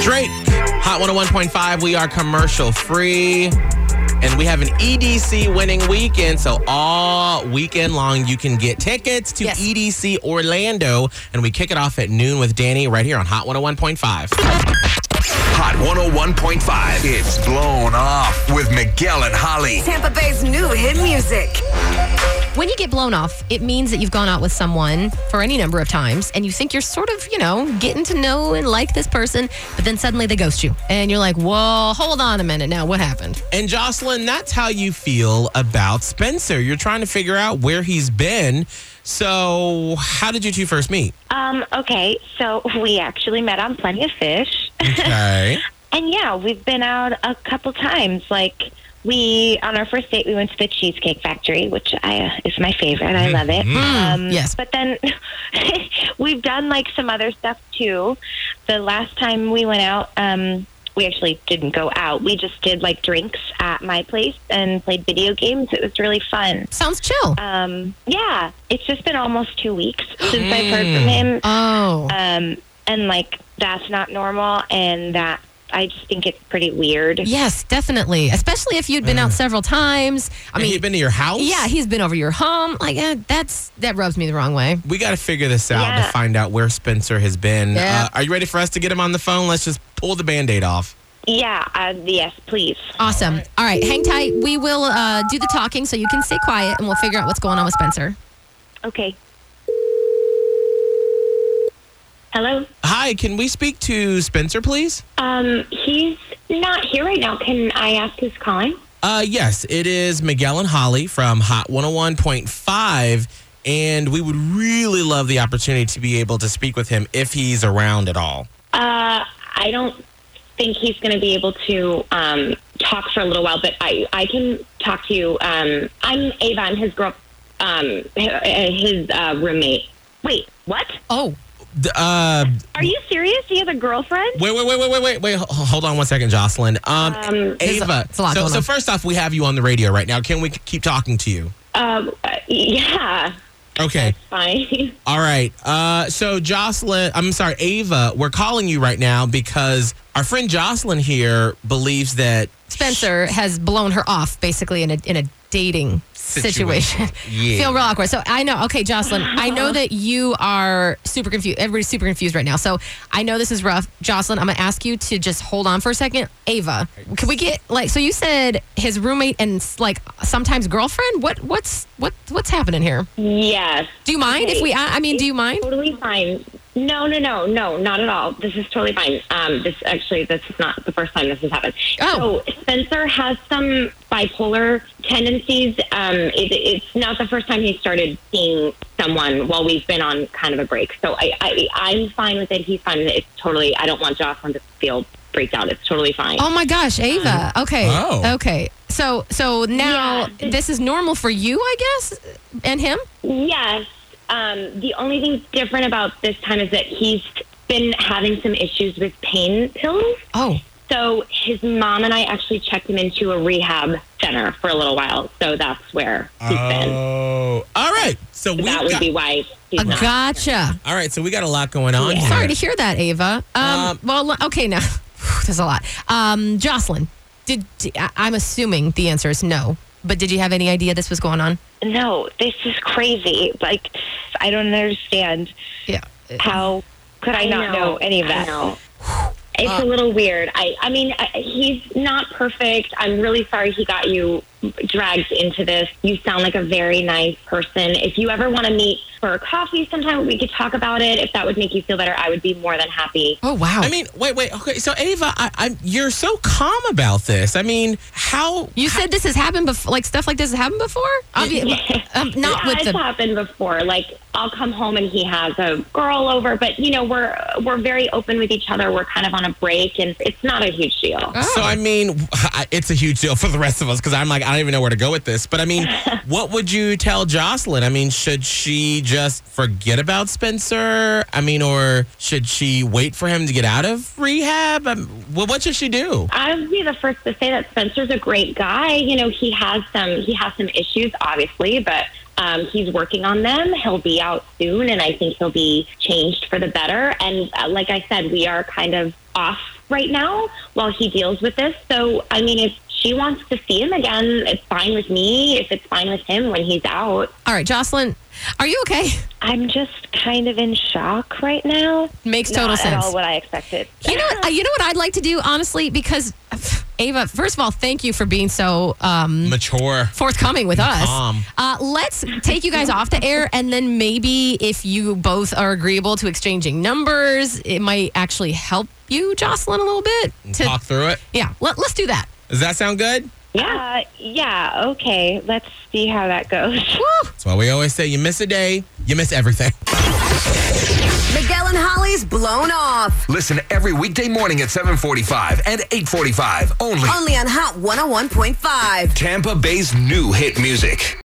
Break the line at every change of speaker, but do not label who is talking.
Drake. Hot 101.5. We are commercial free. And we have an EDC winning weekend. So all weekend long, you can get tickets to
Yes.
EDC Orlando. And we kick it off at noon with Danny right here on Hot 101.5.
Hot 101.5. It's blown off with Miguel and Holly.
Tampa Bay's new hit music.
When you get blown off, it means that you've gone out with someone for any number of times and you think you're sort of, you know, getting to know and like this person, but then suddenly they ghost you. And you're like, whoa, hold on a minute now. What happened?
And Jocelyn, that's how you feel about Spencer. You're trying to figure out where he's been. So, how did you two first meet?
Um, okay, so we actually met on Plenty of Fish.
Okay.
And yeah, we've been out a couple times. Like, we, on our first date, we went to the Cheesecake Factory, which I, uh, is my favorite. I love it. Um,
yes.
But then we've done like some other stuff too. The last time we went out, um, we actually didn't go out. We just did like drinks at my place and played video games. It was really fun.
Sounds chill.
Uh,
Um, yeah, it's just been almost two weeks since I've heard from him
Oh.
uh,
um, and like that's not normal and that i just think it's pretty weird
Yes, definitely. Especially if you'd been out several times.
I
I
mean,
mean,
he been to your house?
yeah, he's been over your home. Like, eh, that's that rubs me the wrong way.
we got to figure this out
Yeah.
to find out where Spencer has been.
Yeah.
Uh, are you ready for us to get him on the phone? Let's just pull the band aid off.
yeah uh, yes please
Awesome. All right, hang tight. We will uh, do the talking so you can stay quiet and we'll figure out what's going on with Spencer.
okay hello
Hi, can we speak to Spencer, please?
um he's not here right now can i ask who's calling
Uh, yes, it is Miguel and Holly from Hot 101.5, and we would really love the opportunity to be able to speak with him if he's around at all.
Uh, I don't think he's going to be able to um, talk for a little while, but I, I can talk to you. Um, I'm Avon, his girl, um, his uh, roommate.
wait what
Oh,
D- Uh,
are you serious he has a girlfriend
wait, wait, wait, wait, wait, wait, wait. h- Hold on one second, Jocelyn. Um,
there's a-
Ava.
it's a lot
so,
going
so
on.
first off, we have you on the radio right now. Can we c- keep talking to you?
Um, uh, yeah,
Okay.
fine.
All right. Uh, so Jocelyn, I'm sorry, Ava, we're calling you right now because our friend Jocelyn here believes that
Spencer has blown her off basically in a in a dating
Situation.
situation.
Yeah.
Feel real awkward. So I know. Okay, Jocelyn, I know that you are super confused. Everybody's super confused right now. So I know this is rough. Jocelyn, I'm gonna ask you to just hold on for a second. Ava, can we get like so you said his roommate and like sometimes girlfriend? What what's what what's happening here?
Yes,
Do you mind if we? I I mean, do you mind?
totally fine. No, no, no, no, not at all. This is totally fine. Um, this actually, this is not the first time this has happened.
Oh.
So Spencer has some bipolar tendencies. Um, it, it's not the first time he started seeing someone while we've been on kind of a break. So I, I, I'm fine with it. He's fine with it. It's totally. I don't want Jocelyn to feel freaked out. It's totally fine.
Oh my gosh, Ava. Okay.
Oh.
Okay. So so now
Yeah.
this is normal for you, I guess, and him.
Yes. Um, the only thing different about this time is that he's been having some issues with pain pills.
Oh.
So his mom and I actually checked him into a rehab center for a little while. So that's where he's been.
Oh. All right. So we
That would
got,
be why he's not.
Uh, Gotcha.
All right, so we got a lot going on here.
Sorry to hear that, Ava. Um,
Um,
well, okay, now there's a lot. Um, Jocelyn, did, d- I- I'm assuming the answer is no, but did you have any idea this was going on?
no this is crazy like i don't understand
Yeah.
how could i, not know, any of that
I know. It's a little weird. I, I mean, I, he's not perfect. I'm really sorry he got you dragged into this. You sound like a very nice person. If you ever want to meet for a coffee sometime, we could talk about it. If that would make you feel better, I would be more than happy.
Oh wow.
I mean, wait, wait. Okay, so Ava, I, I, you're so calm about this. I mean, how?
you said this has happened before, like stuff like this has happened before. Obvi- um, not
yeah,
with
it's
the.
happened before. Like I'll come home and he has a girl over, but you know we're we're very open with each other. We're kind of on a break, and it's not a huge deal.
Oh.
So I mean, I- it's a huge deal for the rest of us because I'm like, I don't even know where to go with this. But I mean, what would you tell Jocelyn? I mean, should she just forget about Spencer? I mean, or should she wait for him to get out of rehab? Um, wh- what should she do?
I would be the first to say that Spencer's a great guy. You know, he has some he has some issues, obviously, but um, he's working on them. He'll be out soon, and I think he'll be changed for the better. And uh, like I said, we are kind of off right now while he deals with this. So, I mean, if she wants to see him again, it's fine with me. If it's fine with him when he's out,
All right, Jocelyn, are you okay?
I'm just kind of in shock right now.
Makes total
Not
sense.
At all what I expected.
You know, what- you know what I'd like to do, honestly, because Ava, first of all, thank you for being so um,
Mature.
forthcoming with us.
Calm.
Uh, let's take you guys off the air, and then maybe if you both are agreeable to exchanging numbers, it might actually help you, Jocelyn, a little bit. To,
Talk through it.
Yeah, let, let's do that.
Does that sound good?
yeah.
Uh, yeah. Okay. Let's see how that goes.
That's why we always say you miss a day, you miss everything.
Miguel and Holly's blown off.
Listen every weekday morning at 745 and 845 only.
Only on Hot 101.5.
Tampa Bay's new hit music.